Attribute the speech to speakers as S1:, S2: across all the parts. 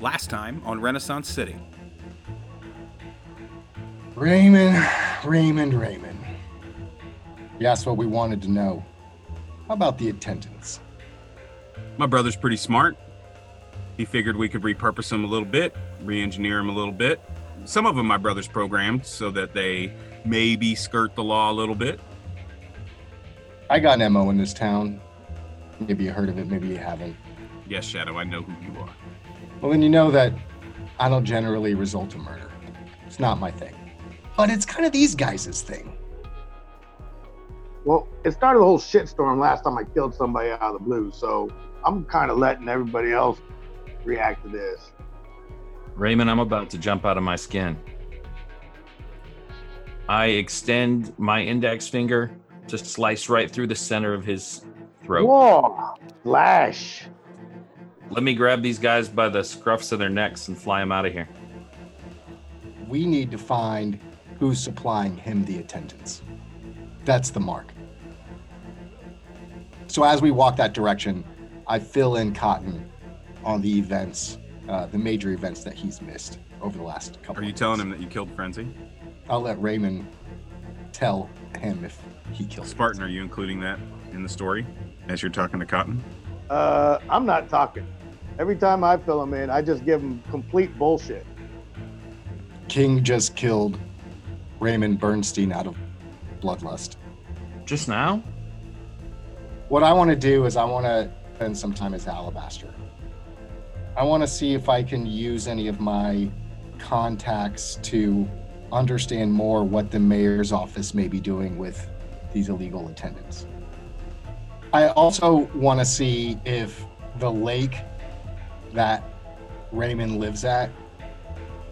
S1: Last time on Renaissance City.
S2: Raymond, Raymond, Raymond. You asked what we wanted to know. How about the attendance?
S3: My brother's pretty smart. He figured we could repurpose him a little bit, re engineer him a little bit. Some of them my brother's programmed so that they maybe skirt the law a little bit.
S2: I got an MO in this town. Maybe you heard of it, maybe you haven't.
S3: Yes, Shadow, I know who you are.
S2: Well, then you know that I don't generally result in murder. It's not my thing. But it's kind of these guys' thing.
S4: Well, it started a whole shitstorm last time I killed somebody out of the blue, so I'm kind of letting everybody else react to this.
S5: Raymond, I'm about to jump out of my skin. I extend my index finger to slice right through the center of his throat.
S4: Whoa! Flash!
S5: Let me grab these guys by the scruffs of their necks and fly them out of here.
S2: We need to find who's supplying him the attendance. That's the mark. So as we walk that direction, I fill in Cotton on the events, uh, the major events that he's missed over the last couple.
S3: Are you
S2: of
S3: telling
S2: months.
S3: him that you killed Frenzy?
S2: I'll let Raymond tell him if he kills
S3: Spartan, are you including that in the story as you're talking to Cotton?
S4: Uh, I'm not talking. Every time I fill them in, I just give them complete bullshit.
S2: King just killed Raymond Bernstein out of bloodlust.
S5: Just now?
S2: What I want to do is I want to spend some time as Alabaster. I want to see if I can use any of my contacts to understand more what the mayor's office may be doing with these illegal attendants. I also want to see if the lake that Raymond lives at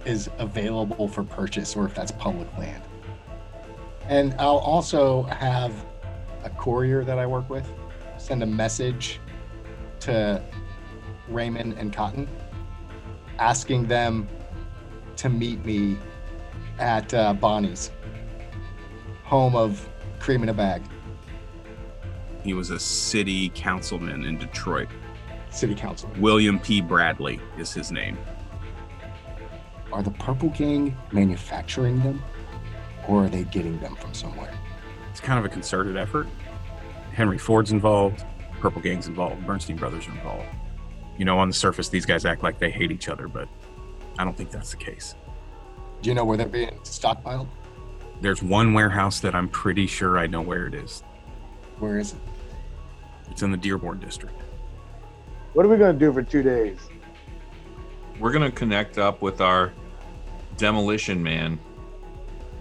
S2: is available for purchase or if that's public land. And I'll also have a courier that I work with send a message to Raymond and Cotton asking them to meet me at uh, Bonnie's, home of Cream in a Bag,
S3: He was a city councilman in Detroit.
S2: city council.
S3: William P. Bradley is his name.
S2: Are the Purple Gang manufacturing them or are they getting them from somewhere?
S3: It's kind of a concerted effort. Henry Ford's involved, Purple Gang's involved, Bernstein Brothers are involved. You know, on the surface, these guys act like they hate each other, but I don't think that's the case.
S2: Do you know where they're being stockpiled?
S3: There's one warehouse that I'm pretty sure I know where it is.
S2: Where is it?
S3: It's in the Dearborn district.
S4: What are we going to do for two days?
S5: We're going to connect up with our demolition man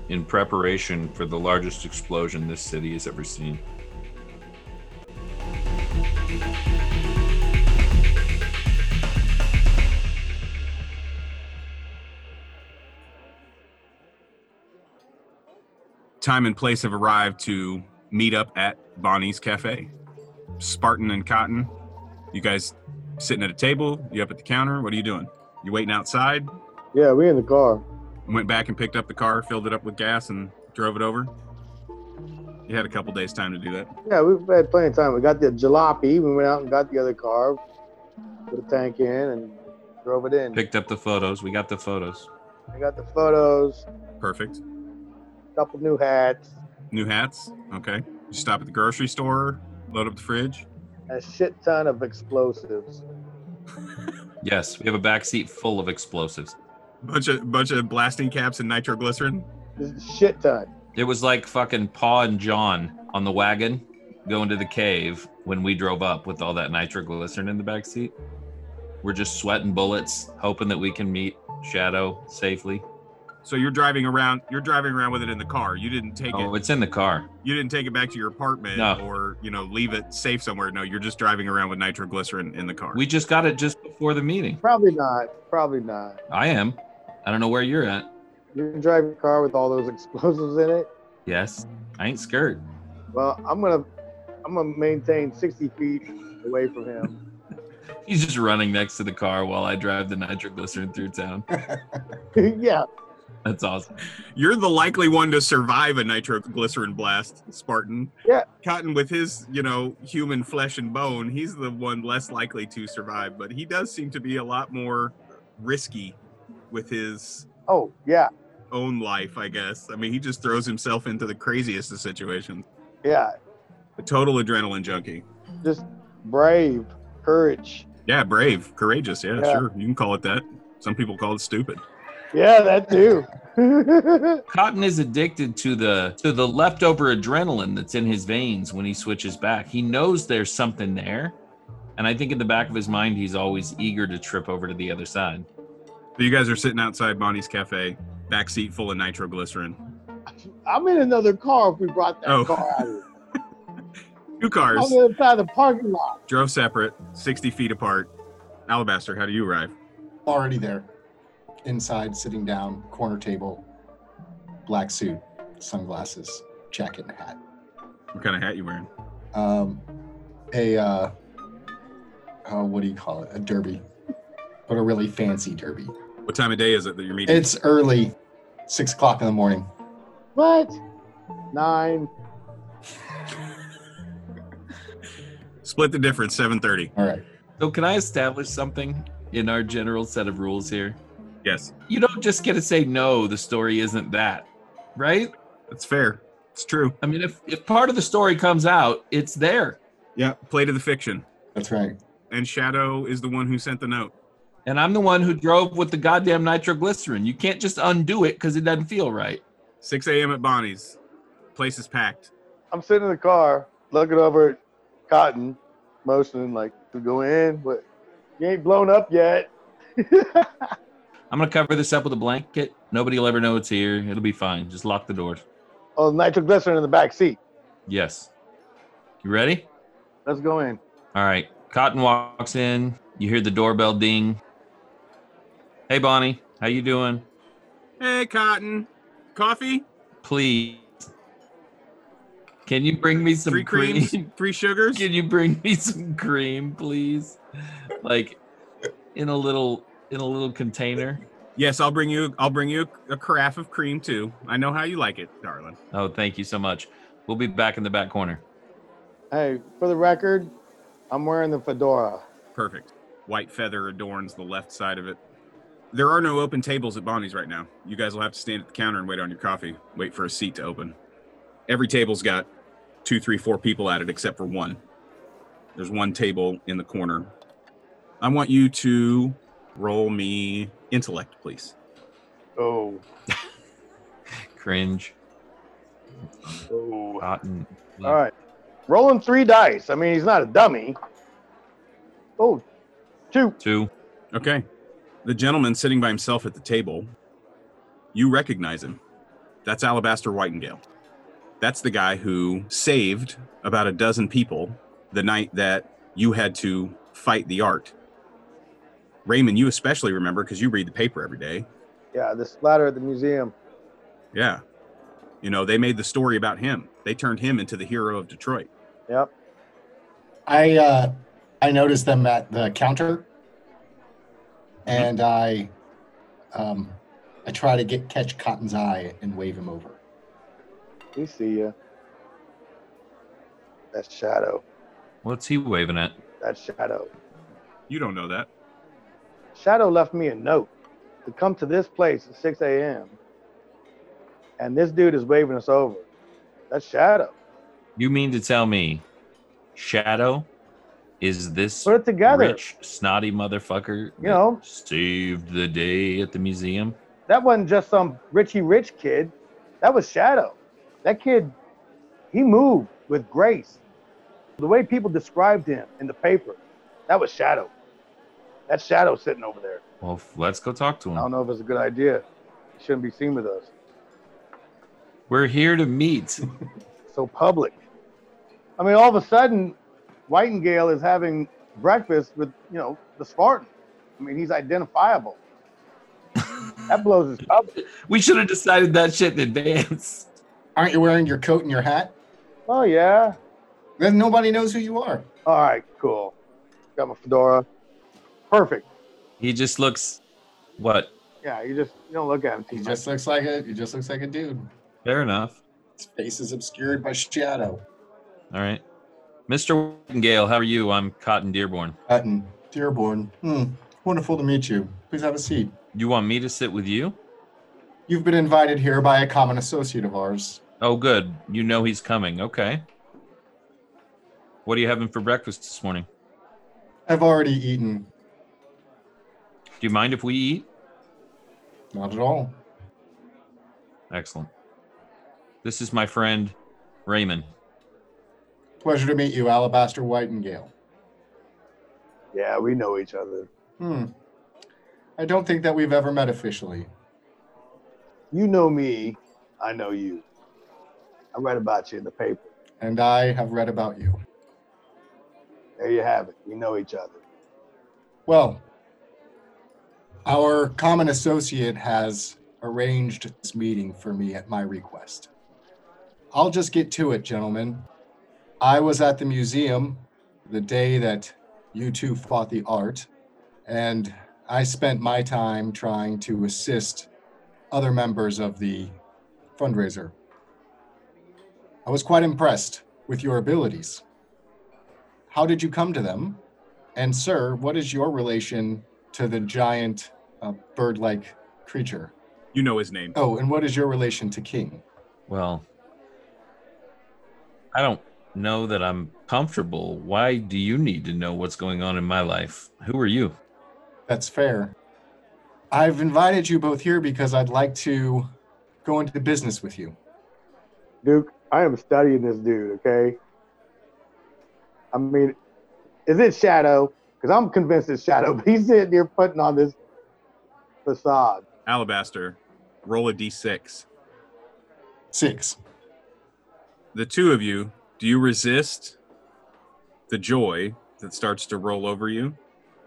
S5: in preparation for the largest explosion this city has ever seen.
S3: Time and place have arrived to meet up at Bonnie's Cafe. Spartan and Cotton, you guys sitting at a table? You up at the counter? What are you doing? You waiting outside?
S4: Yeah, we in the car.
S3: went back and picked up the car, filled it up with gas, and drove it over. You had a couple days' time to do that.
S4: Yeah, we've had plenty of time. We got the jalopy. We went out and got the other car, put a tank in, and drove it in.
S5: Picked up the photos. We got the photos.
S4: I got the photos,
S3: Perfect.
S4: couple new hats,
S3: New hats. Okay. You stop at the grocery store, load up the fridge.
S4: a shit ton of explosives.
S5: Yes, we have a back seat full of explosives.
S3: Bunch of bunch of blasting caps and nitroglycerin.
S4: Just a shit ton.
S5: It was like fucking Paw and John on the wagon going to the cave when we drove up with all that nitroglycerin in the back seat. We're just sweating bullets, hoping that we can meet Shadow safely.
S3: So you're driving around. You're driving around with it in the car. You didn't take
S5: Oh,
S3: it.
S5: it's in the car.
S3: You didn't take it back to your apartment
S5: No.
S3: or you know leave it safe somewhere. No, you're just driving around with nitroglycerin in the car.
S5: We just got it just before the meeting.
S4: Probably not. Probably not.
S5: I am. I don't know where you're at.
S4: You can drive your car with all those explosives in it.
S5: Yes, I ain't scared.
S4: Well, I'm gonna, I'm gonna maintain 60 feet away from him.
S5: He's just running next to the car while I drive the nitroglycerin through town.
S4: yeah,
S5: That's awesome.
S3: You're the likely one to survive a nitroglycerin blast, Spartan.
S4: Yeah.
S3: Cotton, with his, you know, human flesh and bone, he's the one less likely to survive, but he does seem to be a lot more risky with his
S4: Oh yeah,
S3: own life, I guess. I mean, he just throws himself into the craziest of situations.
S4: yeah.
S3: A total adrenaline junkie.
S4: Just brave, courage.
S3: Yeah, brave, courageous. Yeah,
S4: Yeah.
S3: sure. You can call it that. Some people call it stupid.
S4: Yeah, that too.
S5: Cotton is addicted to the to the leftover adrenaline that's in his veins when he switches back. He knows there's something there, and I think in the back of his mind he's always eager to trip over to the other side.
S3: So you guys are sitting outside Bonnie's Cafe, backseat full of nitroglycerin.
S4: I'm in another car. If we brought that
S3: Oh.
S4: car out, here.
S3: Two
S4: I'm
S3: cars.
S4: on the other side of the parking lot.
S3: drove separate, 60 feet apart. Alabaster, how do you arrive?
S2: Already there. Inside, sitting down, corner table, black suit, sunglasses, jacket, and hat.
S3: What kind of hat you wearing?
S2: Um, a, uh, uh, what do you call it? A derby, but a really fancy derby.
S3: What time of day is it that you're meeting?
S2: It's early, six o'clock in the morning.
S4: What? Nine.
S3: Split the difference, 7:30.
S2: All right.
S5: So can I establish something in our general set of rules here?
S3: Yes,
S5: You don't just get to say no, the story isn't that, right?
S3: that's fair. It's true.
S5: I mean, if if part of the story comes out, it's there.
S3: Yeah, play to the fiction.
S2: That's right.
S3: And Shadow is the one who sent the note.
S5: And I'm the one who drove with the goddamn nitroglycerin. You can't just undo it because it doesn't feel right.
S3: 6 a.m. at Bonnie's. Place is packed.
S4: I'm sitting in the car, looking over at Cotton, motioning like to go in, but you ain't blown up yet.
S5: I'm gonna cover this up with a blanket. Nobody will ever know it's here. It'll be fine. Just lock the doors.
S4: oh, nitroglycerin in the back seat.
S5: Yes. You ready?
S4: Let's go in.
S5: All right. Cotton walks in. You hear the doorbell ding. Hey Bonnie, how you doing?
S3: Hey, Cotton. Coffee?
S5: Please. Can you bring me some
S3: three creams?
S5: cream?
S3: Three sugars?
S5: Can you bring me some cream, please? Like in a little in a little container.
S3: Yes, I'll bring you I'll bring you a carafe of cream too. I know how you like it, darling.
S5: Oh, thank you so much. We'll be back in the back corner.
S4: Hey, for the record, I'm wearing the fedora.
S3: Perfect. White feather adorns the left side of it. There are no open tables at Bonnie's right now. You guys will have to stand at the counter and wait on your coffee. Wait for a seat to open. Every table's got two, three, four people at it, except for one. There's one table in the corner. I want you to roll me intellect, please.
S4: Oh,
S5: Cringe.
S4: oh.
S5: Cotton.
S4: All right. Rolling three dice. I mean, he's not a dummy. Oh, two.
S5: Two.
S3: Okay. The gentleman sitting by himself at the table, you recognize him. That's Alabaster Whitingale. That's the guy who saved about a dozen people the night that you had to fight the art. Raymond, you especially remember because you read the paper every day.
S4: Yeah, the splatter at the museum.
S3: Yeah. You know, they made the story about him. They turned him into the hero of Detroit.
S4: Yep.
S2: I uh, I noticed them at the counter, and I um, I try to get catch Cotton's eye and wave him over.
S4: We see you. That's shadow.
S5: What's he waving at?
S4: That's shadow.
S3: You don't know that.
S4: Shadow left me a note to come to this place at 6 a.m. And this dude is waving us over. That's Shadow.
S5: You mean to tell me Shadow is this
S4: Put it together.
S5: rich, snotty motherfucker
S4: You know.
S5: that saved the day at the museum?
S4: That wasn't just some Richie Rich kid. That was Shadow. That kid, he moved with grace. The way people described him in the paper, that was Shadow. That's Shadow sitting over there.
S5: Well, f- let's go talk to
S4: I
S5: him.
S4: don't know if it's a good idea. He shouldn't be seen with us.
S5: We're here to meet.
S4: so public. I mean, all of a sudden, Whitingale is having breakfast with, you know, the Spartan. I mean, he's identifiable. That blows his cover.
S5: we should have decided that shit in advance.
S2: Aren't you wearing your coat and your hat?
S4: Oh, yeah.
S2: Then nobody knows who you are.
S4: All right, cool. Got my fedora. Perfect.
S5: He just looks what?
S4: You Yeah, you just you don't look at him
S2: He
S4: too much.
S2: just looks like a he just looks like a dude.
S5: Fair enough.
S2: His face is obscured by shadow.
S5: All right. Mr. Gale, how are you? I'm Cotton Dearborn.
S2: Hutton, Dearborn. Hmm. Wonderful to meet you. Please have a seat.
S5: You want me to sit with you?
S2: You've been invited here by a common associate of ours.
S5: Oh, good. You know he's coming. Okay. What are you having for breakfast this morning?
S2: I've already eaten.
S5: Do you mind if we eat?
S2: Not at all.
S5: Excellent. This is my friend Raymond.
S2: Pleasure to meet you, Alabaster Whitingale.
S4: Yeah, we know each other.
S2: Hmm. I don't think that we've ever met officially.
S4: You know me. I know you. I read about you in the paper.
S2: And I have read about you.
S4: There you have it. We know each other.
S2: Well, our common associate has arranged this meeting for me at my request. I'll just get to it, gentlemen. I was at the museum the day that you two fought the art, and I spent my time trying to assist other members of the fundraiser. I was quite impressed with your abilities. How did you come to them? And sir, what is your relation to the giant uh, bird-like creature?
S3: You know his name.
S2: Oh, and what is your relation to King?
S5: Well, I don't know that I'm comfortable. Why do you need to know what's going on in my life? Who are you?
S2: That's fair. I've invited you both here because I'd like to go into business with you.
S4: Duke, I am studying this dude, okay? I mean, is it Shadow? Because I'm convinced it's Shadow, but he's sitting there putting on this facade.
S3: Alabaster, roll a d6.
S2: Six.
S3: The two of you, do you resist the joy that starts to roll over you?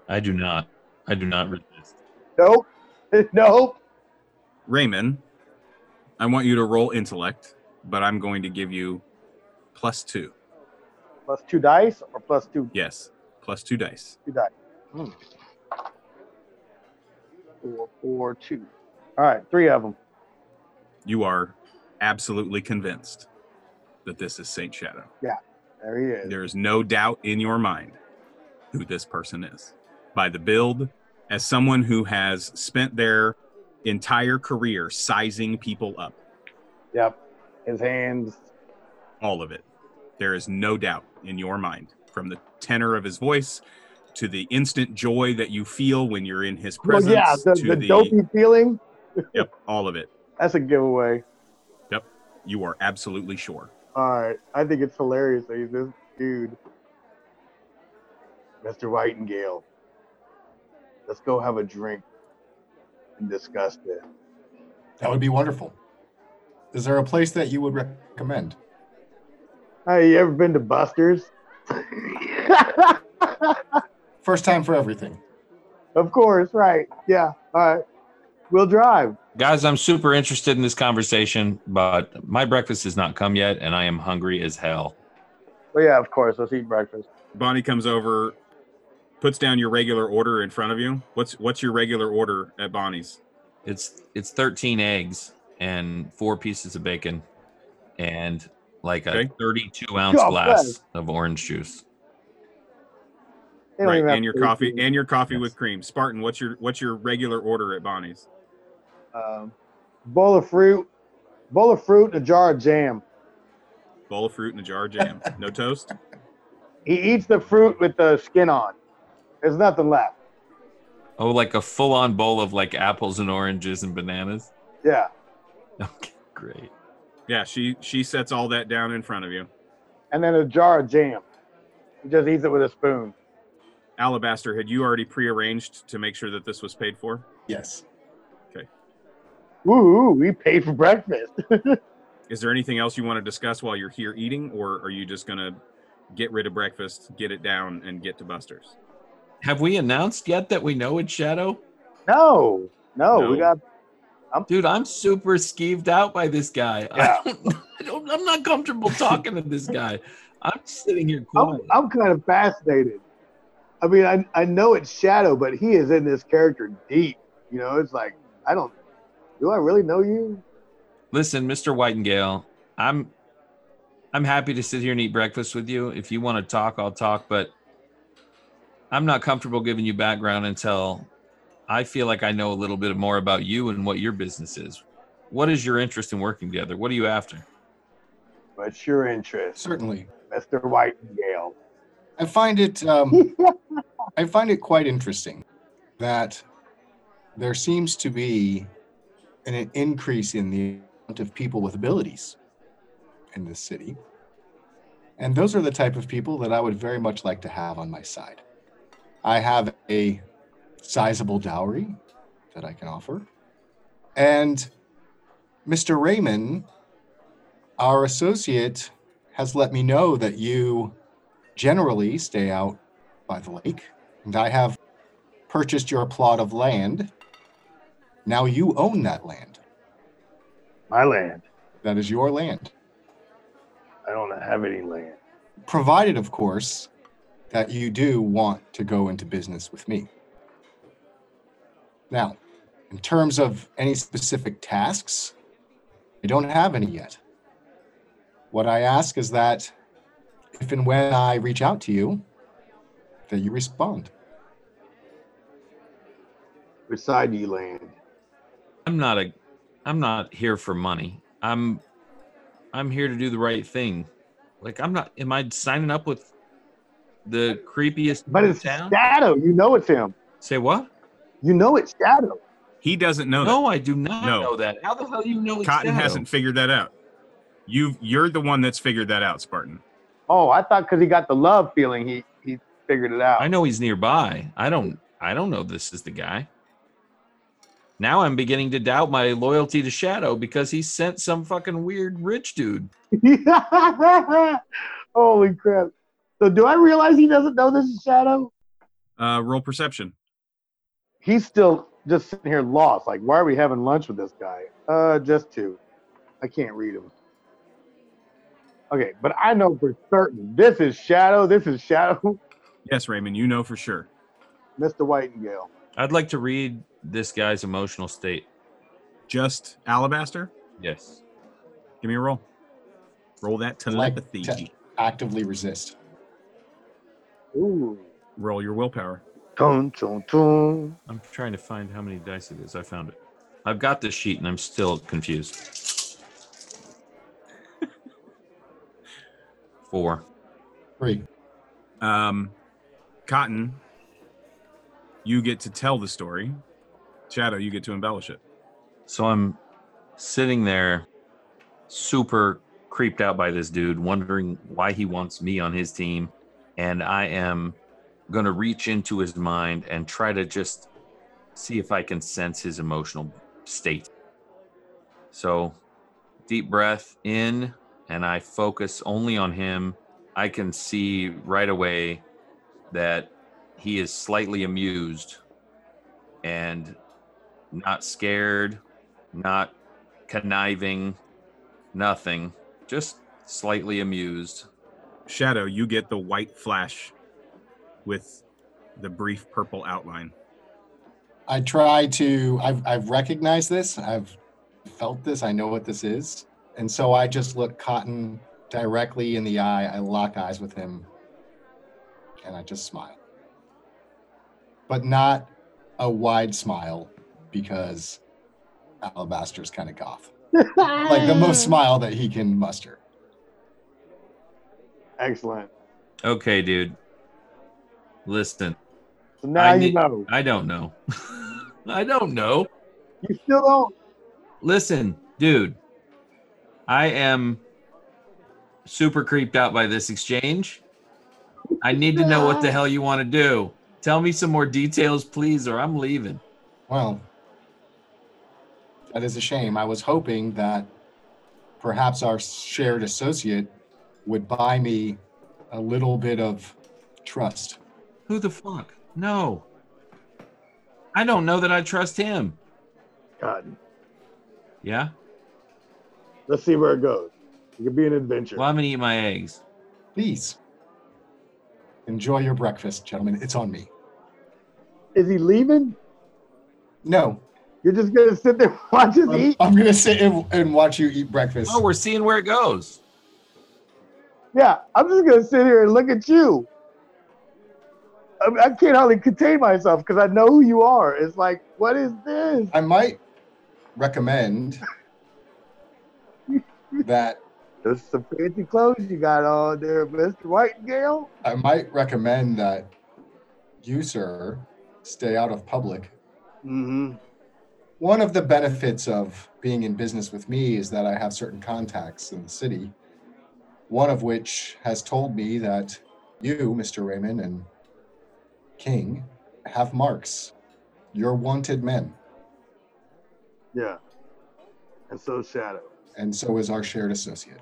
S5: I do not. I do not resist.
S4: Nope. nope.
S3: Raymond, I want you to roll intellect, but I'm going to give you plus two.
S4: Plus two dice or plus two,
S3: Yes, plus two dice.
S4: two dice? Hmm. Four, four, two. All right, three of them.
S3: You are absolutely convinced that this is Saint Shadow.
S4: There he is.
S3: There is no doubt in your mind who this person is. By the build, as someone who has spent their entire career sizing people up,
S4: Yep. His hands.
S3: all of it, there is no doubt in your mind from the tenor of his voice to the instant joy that you feel when you're in his
S4: Well,
S3: presence
S4: yeah, the,
S3: to
S4: the dopey feeling.
S3: yep, all of it.
S4: That's a giveaway.
S3: You are absolutely sure.
S4: All right. I think it's hilarious that he's this dude, Mr. Whitingale. Let's go have a drink and discuss this.
S2: That would be wonderful. Is there a place that you would recommend?
S4: Hey, you ever been to Buster's?
S2: First time for everything.
S4: of course, right. Yeah. All right. We'll drive.
S5: Guys, I'm super interested in this conversation, but my breakfast has not come yet and I am hungry as hell.
S4: Well, yeah, of course. Let's eat breakfast.
S3: Bonnie comes over, puts down your regular order in front of you. What's what's your regular order at Bonnie's?
S5: It's it's 13 eggs and four pieces of bacon and like a
S3: Okay.
S5: 32 ounce
S4: Oh,
S5: glass of orange juice.
S4: They don't
S3: right,
S4: even have
S3: and your
S4: to-
S3: coffee and your coffee
S5: Yes.
S3: with cream. Spartan, what's your what's your regular order at Bonnie's?
S4: um, bowl of fruit, bowl of fruit, and a jar of jam.
S3: Bowl of fruit and a jar of jam. No toast.
S4: He eats the fruit with the skin on. There's nothing left.
S5: Oh, like a full on bowl of like apples and oranges and bananas.
S4: Yeah.
S5: Okay, great.
S3: Yeah, she she sets all that down in front of you.
S4: And then a jar of jam. He just eats it with a spoon.
S3: Alabaster, had you already prearranged to make sure that this was paid for?
S2: Yes.
S4: Ooh, we paid for breakfast.
S3: Is there anything else you want to discuss while you're here eating, or are you just gonna get rid of breakfast, get it down, and get to Buster's?
S5: Have we announced yet that we know it's Shadow?
S4: No, no,
S3: No.
S4: we got.
S5: Dude, I'm super skeeved out by this guy.
S4: Yeah.
S5: I don't, I don't, I'm not comfortable talking to this guy. I'm sitting here
S4: I'm,
S5: quiet.
S4: I'm kind of fascinated. I mean, I, I know it's Shadow, but he is in this character deep. You know, it's like I I don't. Do I really know you?
S5: Listen, Mr. Whitingale, I'm I'm happy to sit here and eat breakfast with you. If you want to talk, I'll talk, but I'm not comfortable giving you background until I feel like I know a little bit more about you and what your business is. What is your interest in working together? What are you after?
S4: What's your interest,
S2: Certainly.
S4: Mr. Whitingale?
S2: I find it um, I find it quite interesting that there seems to be an, an increase in the amount of people with abilities in this city. And those are the type of people that I would very much like to have on my side. I have a sizable dowry that I can offer. And Mr. Raymond, our associate, has let me know that you generally stay out by the lake. And I have purchased your plot of land. Now you own that land.
S4: My land.
S2: That is your land.
S4: I don't have any land.
S2: Provided, of course, that you do want to go into business with me. Now, in terms of any specific tasks, I don't have any yet. What I ask is that if and when I reach out to you, that you respond.
S4: Which side do you land?
S5: I'm not a I'm not here for money. I'm I'm here to do the right thing. Like I'm not am I signing up with the creepiest
S4: But it's
S5: town?
S4: Shadow. You know it's him.
S5: Say what?
S4: You know it's Shadow.
S3: He doesn't know
S5: No, I do not
S3: No.
S5: know that. How the hell do you know
S3: that.
S5: it's
S3: Cotton
S5: Shadow?
S3: hasn't figured that out. You you're the one that's figured that out, Spartan.
S4: Oh, I thought because he got the love feeling, he he figured it out.
S5: I know he's nearby. I don't I don't know this is the guy. Now I'm beginning to doubt my loyalty to Shadow because he sent some fucking weird rich dude.
S4: Holy crap! So do I realize he doesn't know this is Shadow?
S3: Uh, roll perception.
S4: He's still just sitting here lost. Like, why are we having lunch with this guy? Uh, just two. I can't read him. Okay, but I know for certain this is Shadow. This is Shadow,
S3: Yes, Raymond, you know for sure.
S4: Mr. Whitingale.
S5: I'd like to read this guy's emotional state.
S3: Just Alabaster.
S5: Yes.
S3: Give me a roll. Roll that
S2: Like
S3: telepathy.
S2: te- Actively resist.
S4: Ooh.
S3: roll your willpower.
S4: Dun, dun, dun.
S5: I'm trying to find how many dice it is. I found it. I've got this sheet and I'm still confused. Four.
S2: Three.
S3: Um, Cotton, you get to tell the story. Shadow, you get to embellish it.
S5: So I'm sitting there, super creeped out by this dude, wondering why he wants me on his team. And I am going to reach into his mind and try to just see if I can sense his emotional state. So, deep breath in, and I focus only on him. I can see right away that he is slightly amused and not scared, not conniving, nothing, just slightly amused.
S3: Shadow, you get the white flash with the brief purple outline.
S2: I try to. I've I've recognized this. I've felt this. I know what this is. And so I just look Cotton directly in the eye. I lock eyes with him, and I just smile, but not a wide smile because Alabaster's kind of goth, like the most smile that he can muster.
S4: Excellent.
S5: Okay, dude. Listen,
S4: So now
S5: I
S4: you
S5: need-
S4: know.
S5: I don't know. I don't know.
S4: You still don't.
S5: Listen, dude. I am super creeped out by this exchange. I need to know what the hell you want to do. Tell me some more details, please, or I'm leaving.
S2: Well, that is a shame. I was hoping that perhaps our shared associate would buy me a little bit of trust.
S5: Who the fuck? No. I don't know that I trust him.
S4: God.
S5: Yeah?
S4: Let's see where it goes. It could be an adventure.
S5: Well, I'm gonna eat my eggs.
S2: Please enjoy your breakfast, gentlemen. It's on me.
S4: Is he leaving?
S2: No,
S4: You're just gonna sit there and watch us
S2: I'm,
S4: eat?
S2: I'm gonna sit and, and watch you eat breakfast.
S5: Oh, we're seeing where it goes.
S4: Yeah, I'm just gonna sit here and look at you. I, mean, I can't hardly contain myself because I know who you are. It's like, what is this?
S2: I might recommend that
S4: Those some fancy clothes you got on there, Mr. Whitingale.
S2: I might recommend that you, sir, stay out of public.
S4: Mm-hmm.
S2: One of the benefits of being in business with me is that I have certain contacts in the city, one of which has told me that you, Mr. Raymond and King, have marks. You're wanted men,
S4: Yeah. And so Shadow.
S2: and so is our shared associate.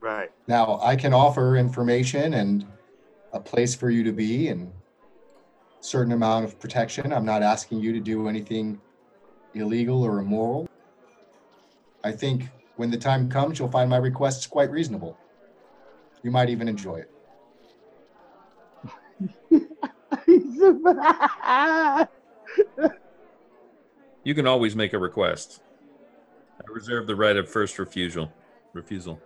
S4: Right.
S2: Now, I can offer information and a place for you to be and certain amount of protection. I'm not asking you to do anything illegal or immoral. I think when the time comes, you'll find my requests quite reasonable. You might even enjoy it.
S5: You can always make a request. I reserve the right of first refusal. Refusal.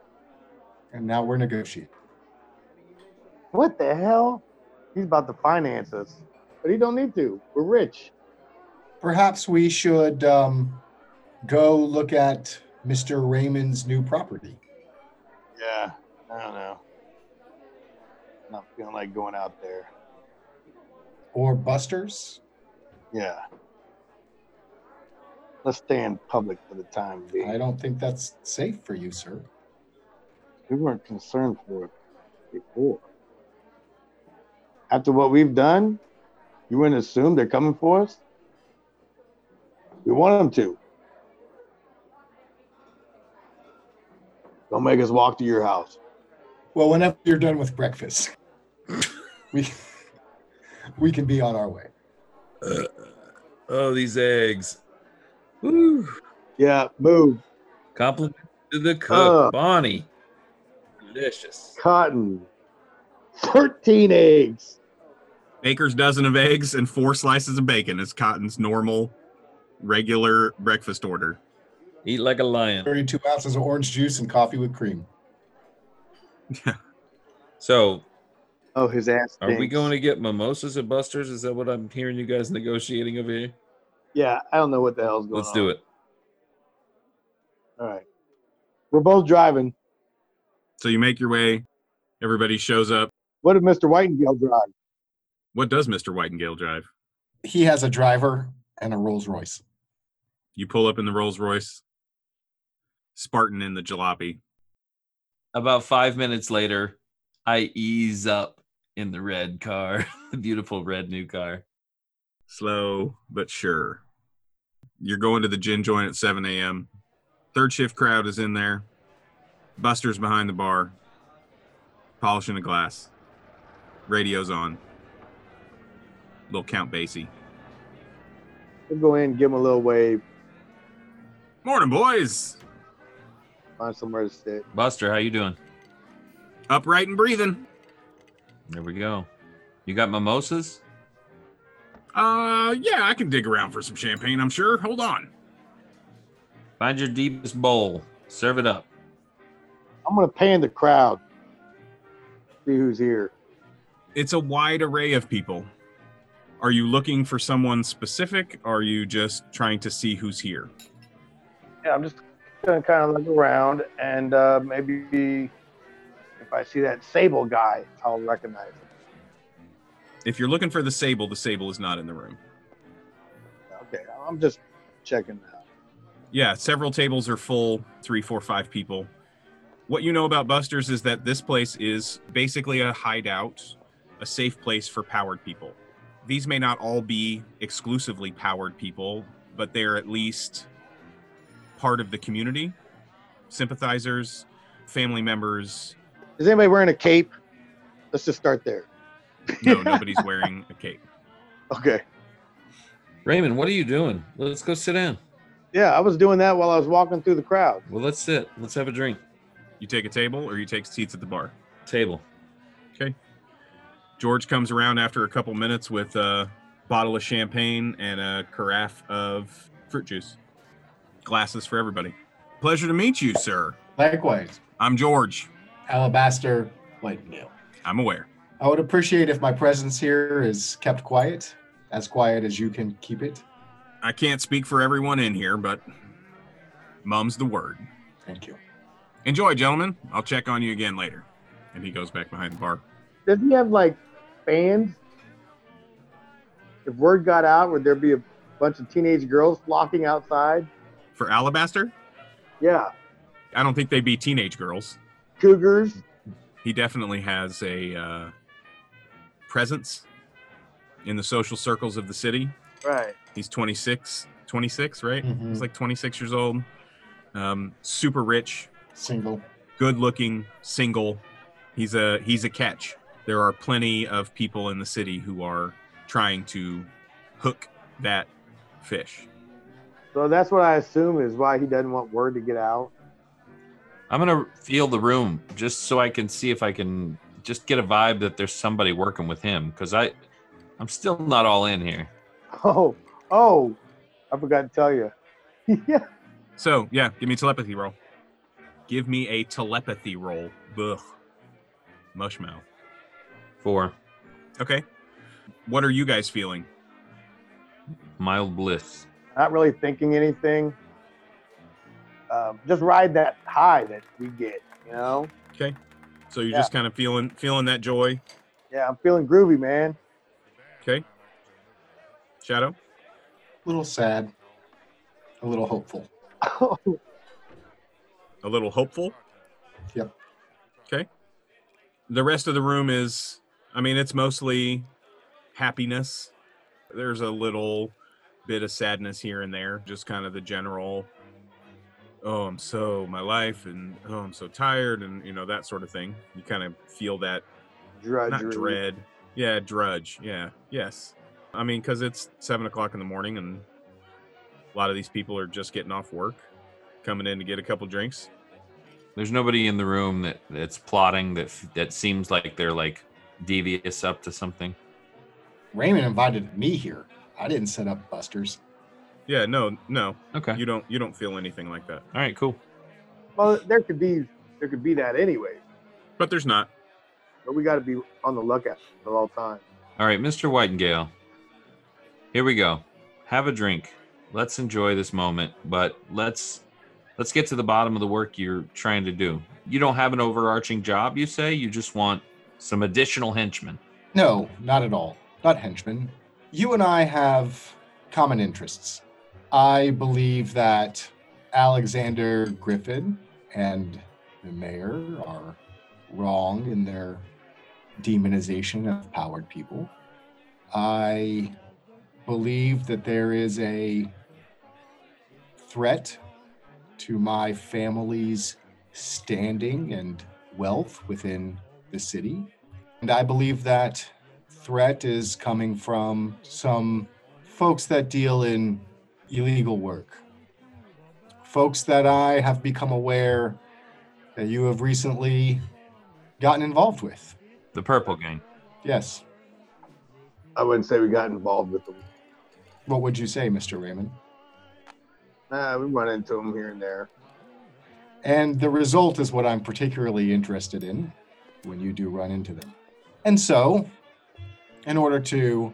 S2: And now we're negotiating.
S4: what the hell? He's about to finance us, but he don't need to. We're rich.
S2: Perhaps we should um, go look at Mr. Raymond's new property.
S4: Yeah. I don't know. Not feeling like going out there.
S2: Or Buster's?
S4: Yeah. Let's stay in public for the time being.
S2: I don't think that's safe for you, sir.
S4: we weren't concerned for it before. After what we've done, you wouldn't assume they're coming for us? We want them to. Don't make us walk to your house.
S2: Well, whenever you're done with breakfast, we we can be on our way.
S5: Uh, Oh, these eggs. Woo.
S4: Yeah, move.
S5: Compliment to the cook,
S4: Uh.
S5: Bonnie. Delicious.
S4: Cotton. 13 eggs.
S3: Baker's dozen of eggs and four slices of bacon is Cotton's normal, regular breakfast order.
S5: Eat like a lion.
S2: 32 ounces of orange juice and coffee with cream.
S5: So,
S4: Oh, his ass.
S5: are we going to get mimosas at Buster's? Is that what I'm hearing you guys negotiating over here?
S4: Yeah, I don't know what the hell's going
S5: Let's
S4: on.
S5: do it.
S4: All right. We're both driving.
S3: So you make your way. Everybody shows up.
S4: What did Mr. Whitingale drive?
S3: What does Mr. Whitingale drive?
S2: He has a driver and a Rolls Royce.
S3: You pull up in the Rolls Royce, Spartan in the jalopy.
S5: About five minutes later, I ease up in the red car, the beautiful red new car.
S3: Slow but sure. You're going to the gin joint at 7 a.m. Third shift crowd is in there. Buster's behind the bar, polishing a glass. Radio's on. Little Count Basie.
S4: We'll go in, give him a little wave,
S3: Morning, boys.
S4: find somewhere to sit.
S5: Buster, how you doing?
S3: Upright and breathing.
S5: There we go. You got mimosas?
S3: Uh, yeah, I can dig around for some champagne, I'm sure. Hold on.
S5: Find your deepest bowl. Serve it up.
S4: I'm gonna pan the crowd. See who's here.
S3: It's a wide array of people. Are you looking for someone specific? Or are you just trying to see who's here?
S4: Yeah, I'm just gonna kind of look around and uh, maybe if I see that Sable guy, I'll recognize him.
S3: If you're looking for the sable, the sable is not in the room.
S4: Okay, I'm just checking out.
S3: Yeah, several tables are full, three, four, five people. What you know about Buster's is that this place is basically a hideout, a safe place for powered people. These may not all be exclusively powered people, but they're at least part of the community, sympathizers, family members.
S4: Is anybody wearing a cape? Let's just start there.
S3: No, nobody's wearing a cape.
S4: Okay.
S5: Raymond, what are you doing? Let's go sit down.
S4: Yeah, I was doing that while I was walking through the crowd.
S5: Well, let's sit. Let's have a drink.
S3: You take a table or you take seats at the bar.
S5: Table.
S3: George comes around after a couple minutes with uh, bottle of champagne and a carafe of fruit juice. Glasses for everybody. Pleasure to meet you, sir.
S2: Likewise,
S3: I'm George.
S2: Alabaster, like new.
S3: I'm aware.
S2: I would appreciate if my presence here is kept quiet, as quiet as you can keep it.
S3: I can't speak for everyone in here, but mum's the word.
S2: Thank you.
S3: Enjoy, gentlemen. I'll check on you again later. And he goes back behind the bar.
S4: Does he have like fans? If word got out, would there be a bunch of teenage girls flocking outside?
S3: For Alabaster,
S4: Yeah,
S3: I don't think they'd be teenage girls.
S4: cougars.
S3: He definitely has a uh, presence in the social circles of the city.
S4: Right.
S3: He's 26, 26, right?
S2: Mhm.
S3: He's like 26 years old. Um, super rich,
S2: Single.
S3: good looking, single. He's a he's a catch. There are plenty of people in the city who are trying to hook that fish.
S4: So that's what I assume is why he doesn't want word to get out.
S5: I'm gonna feel the room just so I can see if I can just get a vibe that there's somebody working with him because I, I'm still not all in here.
S4: Oh, oh, I forgot to tell you. yeah.
S3: So yeah, give me a telepathy roll. Give me a telepathy roll. Ugh. Mushmouth.
S5: Four
S3: Okay. What are you guys feeling?
S5: mild bliss.
S4: Not really thinking anything. Um, just ride that high that we get, you know?
S3: So you're
S4: Yeah.
S3: just kind of feeling feeling that joy.
S4: Yeah, I'm feeling groovy, man.
S3: Okay. Shadow.
S2: A little sad. A little hopeful.
S3: a little hopeful.
S2: Yep.
S3: Okay. The rest of the room is, I mean, it's mostly happiness. There's a little bit of sadness here and there, just kind of the general, oh, I'm so, my life, and oh, I'm so tired, and, you know, that sort of thing. You kind of feel that,
S4: Drudgery.
S3: not dread. Yeah, drudge. Yeah, yes. I mean, because it's seven o'clock in the morning, and a lot of these people are just getting off work, coming in to get a couple drinks.
S5: There's nobody in the room that that's plotting that f- that seems like they're like devious up to something.
S2: Raymond invited me here. I didn't set up Buster's.
S3: Yeah, no, no,
S5: Okay.
S3: you don't. You don't feel anything like that.
S5: all right. Cool.
S4: Well, there could be there could be that anyway,
S3: But there's not.
S4: but we got to be on the lookout at all times.
S5: All right, Mr. Whitingale. Here we go. Have a drink. Let's enjoy this moment, but let's let's get to the bottom of the work you're trying to do. You don't have an overarching job, you say? You just want some additional henchmen.
S2: No, not at all. Not henchmen. You and I have common interests. I believe that Alexander Griffin and the mayor are wrong in their demonization of powered people. I believe that there is a threat to my family's standing and wealth within the city. And I believe that threat is coming from some folks that deal in illegal work. Folks that I have become aware that you have recently gotten involved with.
S5: The purple gang.
S2: Yes.
S4: I wouldn't say we got involved with them.
S2: What would you say, Mr. Raymond?
S4: Nah, we run into them here and there.
S2: And the result is what I'm particularly interested in when you do run into them. And so, in order to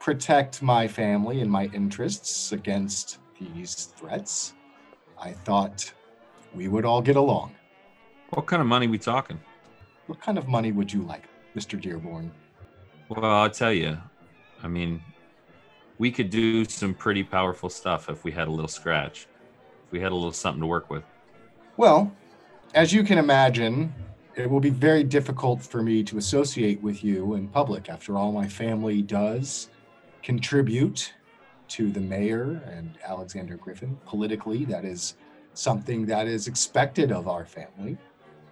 S2: protect my family and my interests against these threats, I thought we would all get along.
S5: What kind of money we talking?
S2: What kind of money would you like, Mr. Dearborn?
S5: Well, I'll tell you. I mean, we could do some pretty powerful stuff if we had a little scratch. If we had a little something to work with.
S2: Well, as you can imagine, it will be very difficult for me to associate with you in public. After all, my family does contribute to the mayor and Alexander Griffin politically. That is something that is expected of our family.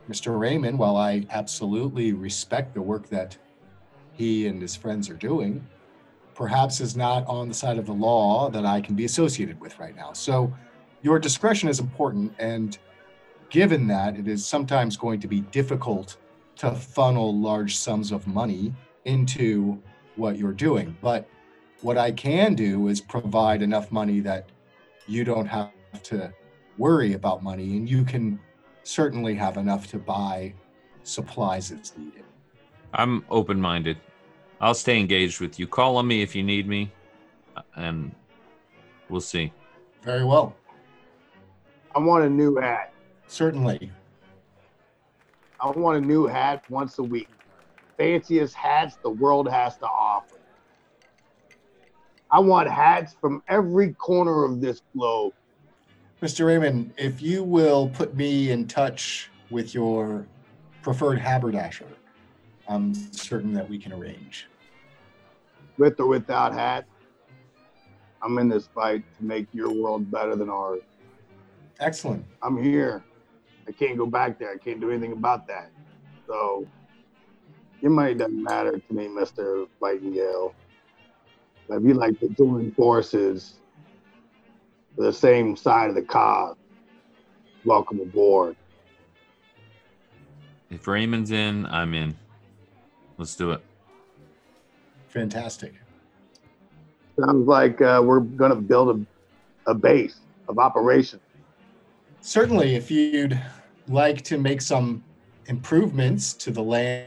S2: Mr. Raymond, while I absolutely respect the work that he and his friends are doing, perhaps is not on the side of the law that I can be associated with right now. So your discretion is important and given that it is sometimes going to be difficult to funnel large sums of money into what you're doing but What I can do is provide enough money that you don't have to worry about money and you can certainly have enough to buy supplies that's needed.
S5: I'm open minded. I'll stay engaged with you. Call on me if you need me, and we'll see.
S2: Very well.
S4: I want a new hat.
S2: Certainly.
S4: I want a new hat once a week. Fanciest hats the world has to offer. I want hats from every corner of this globe.
S2: Mr. Raymond, if you will put me in touch with your preferred haberdasher, I'm certain that we can arrange.
S4: with or without hat. I'm in this fight to make your world better than ours.
S2: Excellent.
S4: I'm here. I can't go back there. I can't do anything about that. So your money doesn't matter to me, Mr. Nightingale. But if you like to join forces for the same side of the cause, welcome aboard.
S5: If Raymond's in, I'm in. Let's do it.
S2: Fantastic.
S4: Sounds like uh, we're going to build a, a base of operations.
S2: Certainly, if you'd like to make some improvements to the land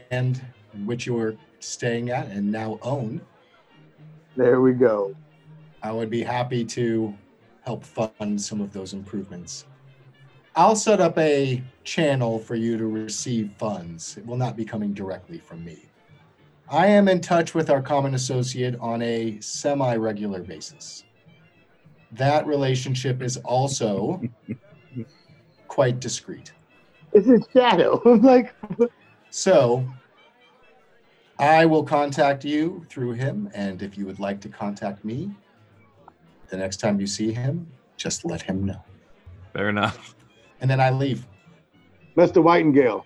S2: in which you're staying at and now own,
S4: There we go.
S2: I would be happy to help fund some of those improvements. I'll set up a channel for you to receive funds. It will not be coming directly from me. I am in touch with our common associate on a semi regular basis. That relationship is also quite discreet.
S4: It's a shadow. I'm like,
S2: So I will contact you through him. And if you would like to contact me the next time you see him, just let him know.
S5: Fair enough.
S2: And then I leave.
S4: Mr. Whitingale,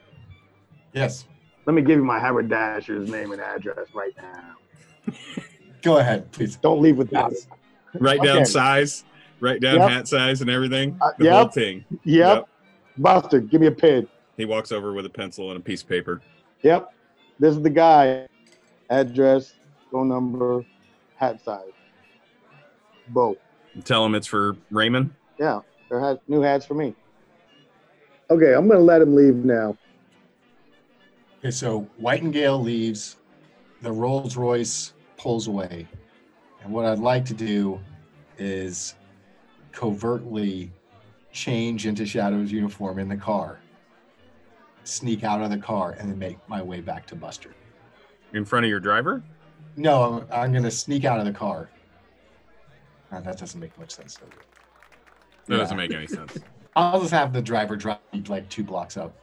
S2: Yes.
S4: let me give you my haberdasher's name and address right now.
S2: Go ahead, please.
S4: Don't leave without it.
S3: Write down
S4: Okay.
S3: size, write down
S4: Yep.
S3: hat size and everything.
S4: Uh,
S3: the whole
S4: yep.
S3: thing.
S4: Yep.
S3: Yep.
S4: Buster, give me a pin.
S3: He walks over with a pencil and a piece of paper.
S4: Yep. This is the guy. Address, phone number, hat size. Both.
S3: Tell him it's for Raymond.
S4: Yeah. They're hat, new hats for me. Okay, I'm gonna let him leave now.
S2: Okay, so Whitingale leaves, the Rolls Royce pulls away. And what I'd like to do is covertly change into Shadow's uniform in the car, sneak out of the car, and then make my way back to Buster.
S3: In front of your driver?
S2: No, I'm, I'm gonna sneak out of the car. Uh, that doesn't make much sense. does it?
S3: That
S2: Yeah.
S3: doesn't make any sense.
S2: I'll just have the driver drive me, like two blocks up.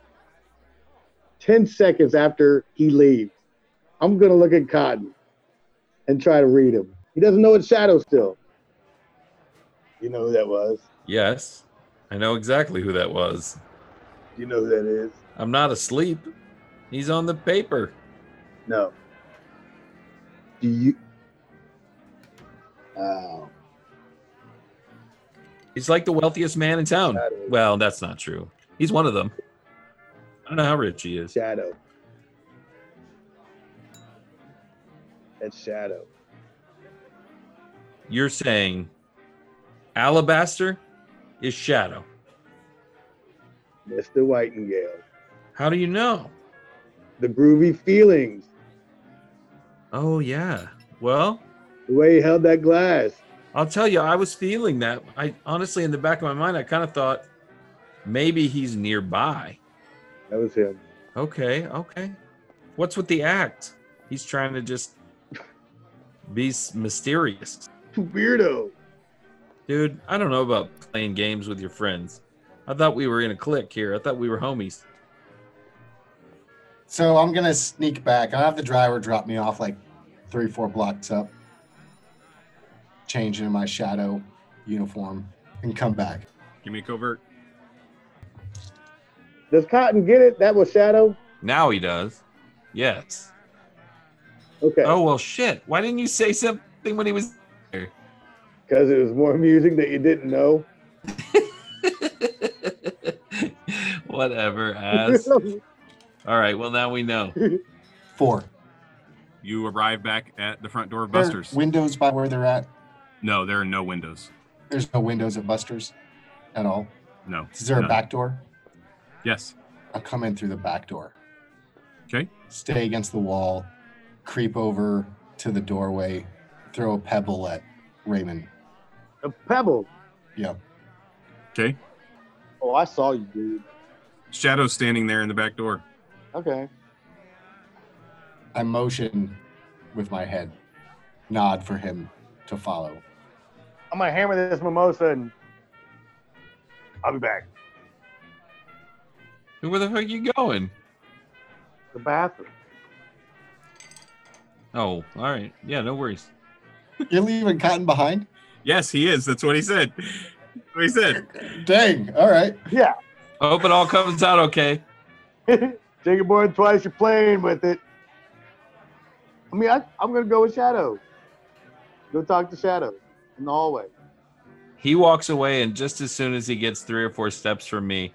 S4: Ten seconds after he leaves, I'm gonna look at Cotton and try to read him. He doesn't know it's shadow still. You know who that was.
S5: Yes, I know exactly who that was.
S4: You know who that is?
S5: I'm not asleep. He's on the paper.
S4: No. Do you? Oh, Wow.
S5: He's like the wealthiest man in town.
S4: Shadow.
S5: Well, that's not true. He's one of them. I don't know how rich he is.
S4: Shadow. That's shadow.
S5: You're saying Alabaster is Shadow.
S4: Mr. Whitingale.
S5: How do you know?
S4: The groovy feelings.
S5: Oh, yeah. Well,
S4: The way he held that glass.
S5: I'll tell you, I was feeling that. I honestly, in the back of my mind, I kind of thought maybe he's nearby.
S4: That was him.
S5: Okay, okay. What's with the act? He's trying to just be s- mysterious.
S4: Weirdo.
S5: Dude, I don't know about playing games with your friends. I thought we were in a clique here. I thought we were homies.
S2: So I'm gonna sneak back. I'll have the driver drop me off like three, four blocks up, change into my shadow uniform, and come back.
S3: Give me a covert.
S4: Does Cotton get it? That was shadow?
S5: Now he does. Yes.
S4: Okay.
S5: Oh, well, shit. Why didn't you say something when he was.
S4: Because it was more music that you didn't know.
S5: Whatever, ass. All right, well, now we know.
S2: Four.
S3: you arrive back at the front door of
S2: There are
S3: Buster's.
S2: windows by where they're at.
S3: no, there are no windows.
S2: There's no windows at Buster's at all.
S3: No.
S2: Is there a
S3: No.
S2: back door?
S3: Yes.
S2: I'll come in through the back door.
S3: Okay.
S2: Stay against the wall, creep over to the doorway, throw a pebble at Raymond.
S4: A pebble.
S2: Yep.
S3: Okay.
S4: Oh, I saw you, dude.
S3: Shadow's standing there in the back door.
S4: Okay.
S2: I motion with my head, nod for him to follow.
S4: I'm gonna hammer this mimosa and I'll be back.
S5: Where the fuck are you going?
S4: The bathroom.
S5: Oh, all right. Yeah, no worries.
S2: You're leaving Cotton behind?
S3: Yes, he is. That's what he said. That's what he said.
S2: Dang. All right.
S4: Yeah.
S5: I hope it all comes out okay.
S4: Take it more than twice, you're playing with it. I mean, I, I'm gonna go with Shadow. Go talk to Shadow in the hallway.
S5: He walks away, and just as soon as he gets three or four steps from me,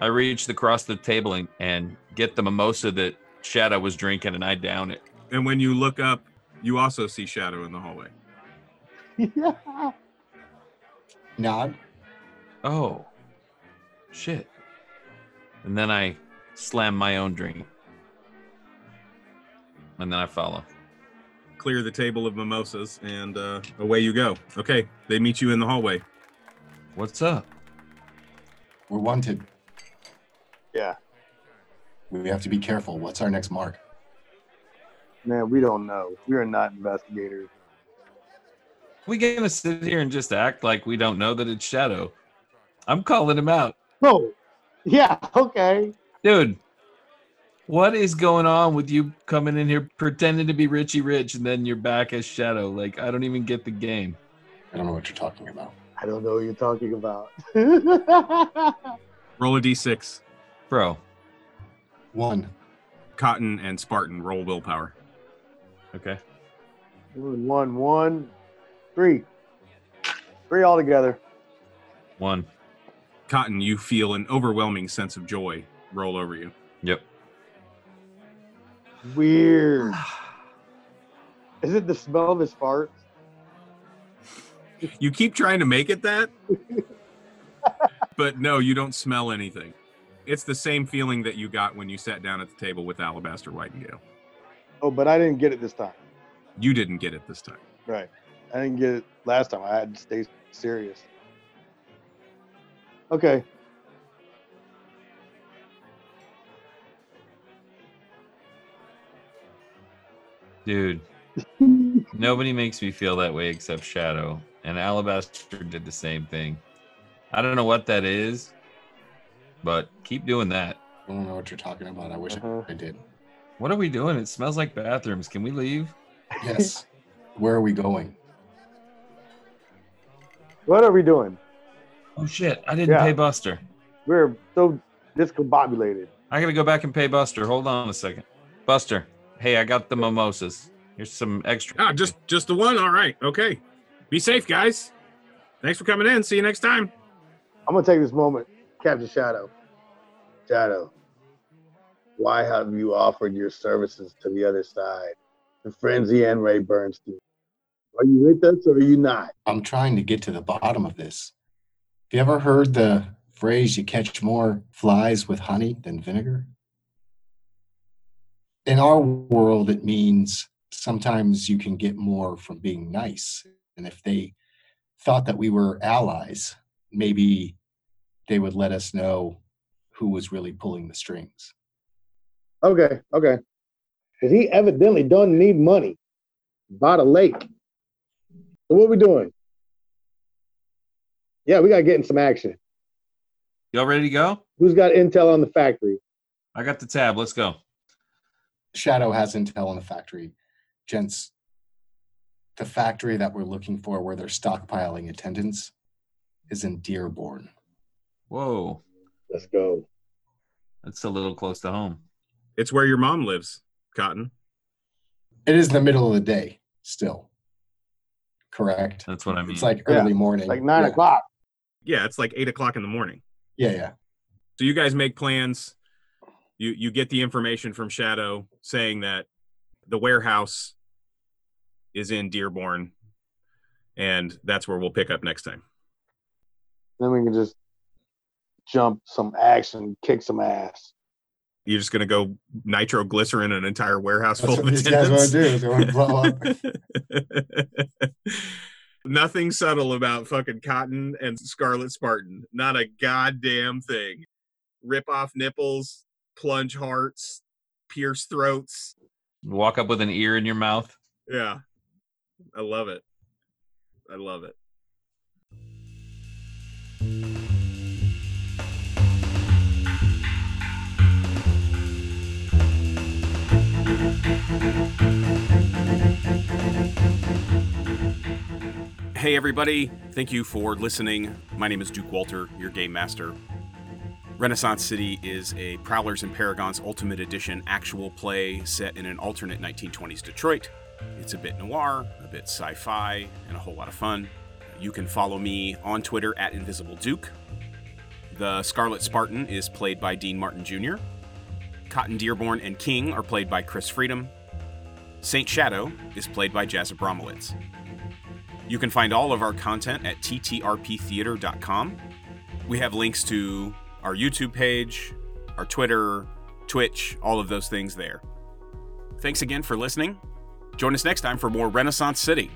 S5: I reach across the table and, and get the mimosa that Shadow was drinking, and I down it.
S3: And when you look up, you also see Shadow in the hallway.
S4: yeah.
S2: Nod.
S5: Oh, shit. And then I slam my own drink. And then I follow.
S3: Clear the table of mimosas, and uh, away you go. Okay, they meet you in the hallway.
S5: What's up?
S2: We're wanted.
S4: Yeah.
S2: We have to be careful. What's our next mark?
S4: Man, we don't know. We are not investigators.
S5: We gonna sit here and just act like we don't know that it's Shadow. I'm calling him out.
S4: No. Yeah, okay.
S5: Dude, what is going on with you coming in here pretending to be Richie Rich and then you're back as Shadow? Like, I don't even get the game.
S2: I don't know what you're talking about.
S4: I don't know what you're talking about.
S3: Roll a d6.
S5: Bro,
S2: One.
S3: Cotton and Spartan roll willpower.
S5: okay.
S4: one, one, three. Three all together.
S5: One.
S3: Cotton, you feel an overwhelming sense of joy roll over you.
S5: Yep.
S4: Weird. Is it the smell of his farts?
S3: You keep trying to make it that, but no, you don't smell anything. It's the same feeling that you got when you sat down at the table with Alabaster Whitingale.
S4: Oh, but I didn't get it this time.
S3: You didn't get it this time.
S4: Right. I didn't get it last time. I had to stay serious. Okay.
S5: Dude, nobody makes me feel that way except Shadow. And Alabaster did the same thing. I don't know what that is, but keep doing that.
S2: I don't know what you're talking about. I wish
S4: Uh-huh.
S2: I did.
S5: What are we doing? It smells like bathrooms. Can we leave?
S2: Yes. Where are we going?
S4: What are we doing?
S5: Oh shit, I didn't
S4: Yeah.
S5: pay Buster.
S4: We're so discombobulated.
S5: I gotta go back and pay Buster. Hold on a second. Buster, hey, I got the mimosas. Here's some extra.
S3: Ah, just just the one. All right. Okay. Be safe, guys. Thanks for coming in. See you next time.
S4: I'm gonna take this moment, Captain Shadow. Shadow, why have you offered your services to the other side, the Frenzy and Ray Bernstein? Are you with us or are you not?
S2: I'm trying to get to the bottom of this. Have you ever heard the phrase you catch more flies with honey than vinegar? In our world, it means sometimes you can get more from being nice. And if they thought that we were allies, maybe they would let us know who was really pulling the strings.
S4: Okay, okay. Because he evidently don't need money. Bought a lake. So what we doing? Yeah, we gotta get in some action.
S5: Y'all ready to go?
S4: Who's got intel on the factory?
S5: I got the tab. Let's go.
S2: Shadow has intel in the factory. Gents, the factory that we're looking for where they're stockpiling attendance is in Dearborn.
S5: Whoa,
S4: Let's go.
S5: that's a little close to home.
S3: It's where your mom lives, Cotton.
S2: It is the middle of the day still. Correct.
S5: That's what I mean.
S2: It's like
S4: Yeah,
S2: early morning.
S4: Like nine
S2: yeah.
S4: o'clock.
S3: Yeah, it's like eight o'clock in the morning.
S2: Yeah, yeah.
S3: So you guys make plans. You you get the information from Shadow saying that
S6: the warehouse is in Dearborn, and that's where we'll pick up next time.
S4: Then we can just jump some action, kick some ass.
S6: You're just gonna go nitroglycerin an entire warehouse
S2: That's
S6: full
S2: what
S6: of
S2: these guys want to
S6: attendants.
S2: do. is They want to blow up.
S6: Nothing subtle about fucking cotton and Scarlet Spartan. Not a goddamn thing. Rip off nipples, plunge hearts, pierce throats.
S5: Walk up with an ear in your mouth.
S6: Yeah. I love it. I love it.
S3: Hey, everybody. Thank you for listening. My name is Duke Walter, your game master. Renaissance City is a Prowlers and Paragons Ultimate Edition actual play set in an alternate 1920s Detroit. It's a bit noir, a bit sci fi, and a whole lot of fun. You can follow me on Twitter at Invisible Duke. The Scarlet Spartan is played by Dean Martin Jr., Cotton Dearborn and King are played by Chris Freedom, Saint Shadow is played by Jazz Abramowitz. You can find all of our content at ttrptheater.com. We have links to our YouTube page, our Twitter, Twitch, all of those things there. Thanks again for listening. Join us next time for more Renaissance City.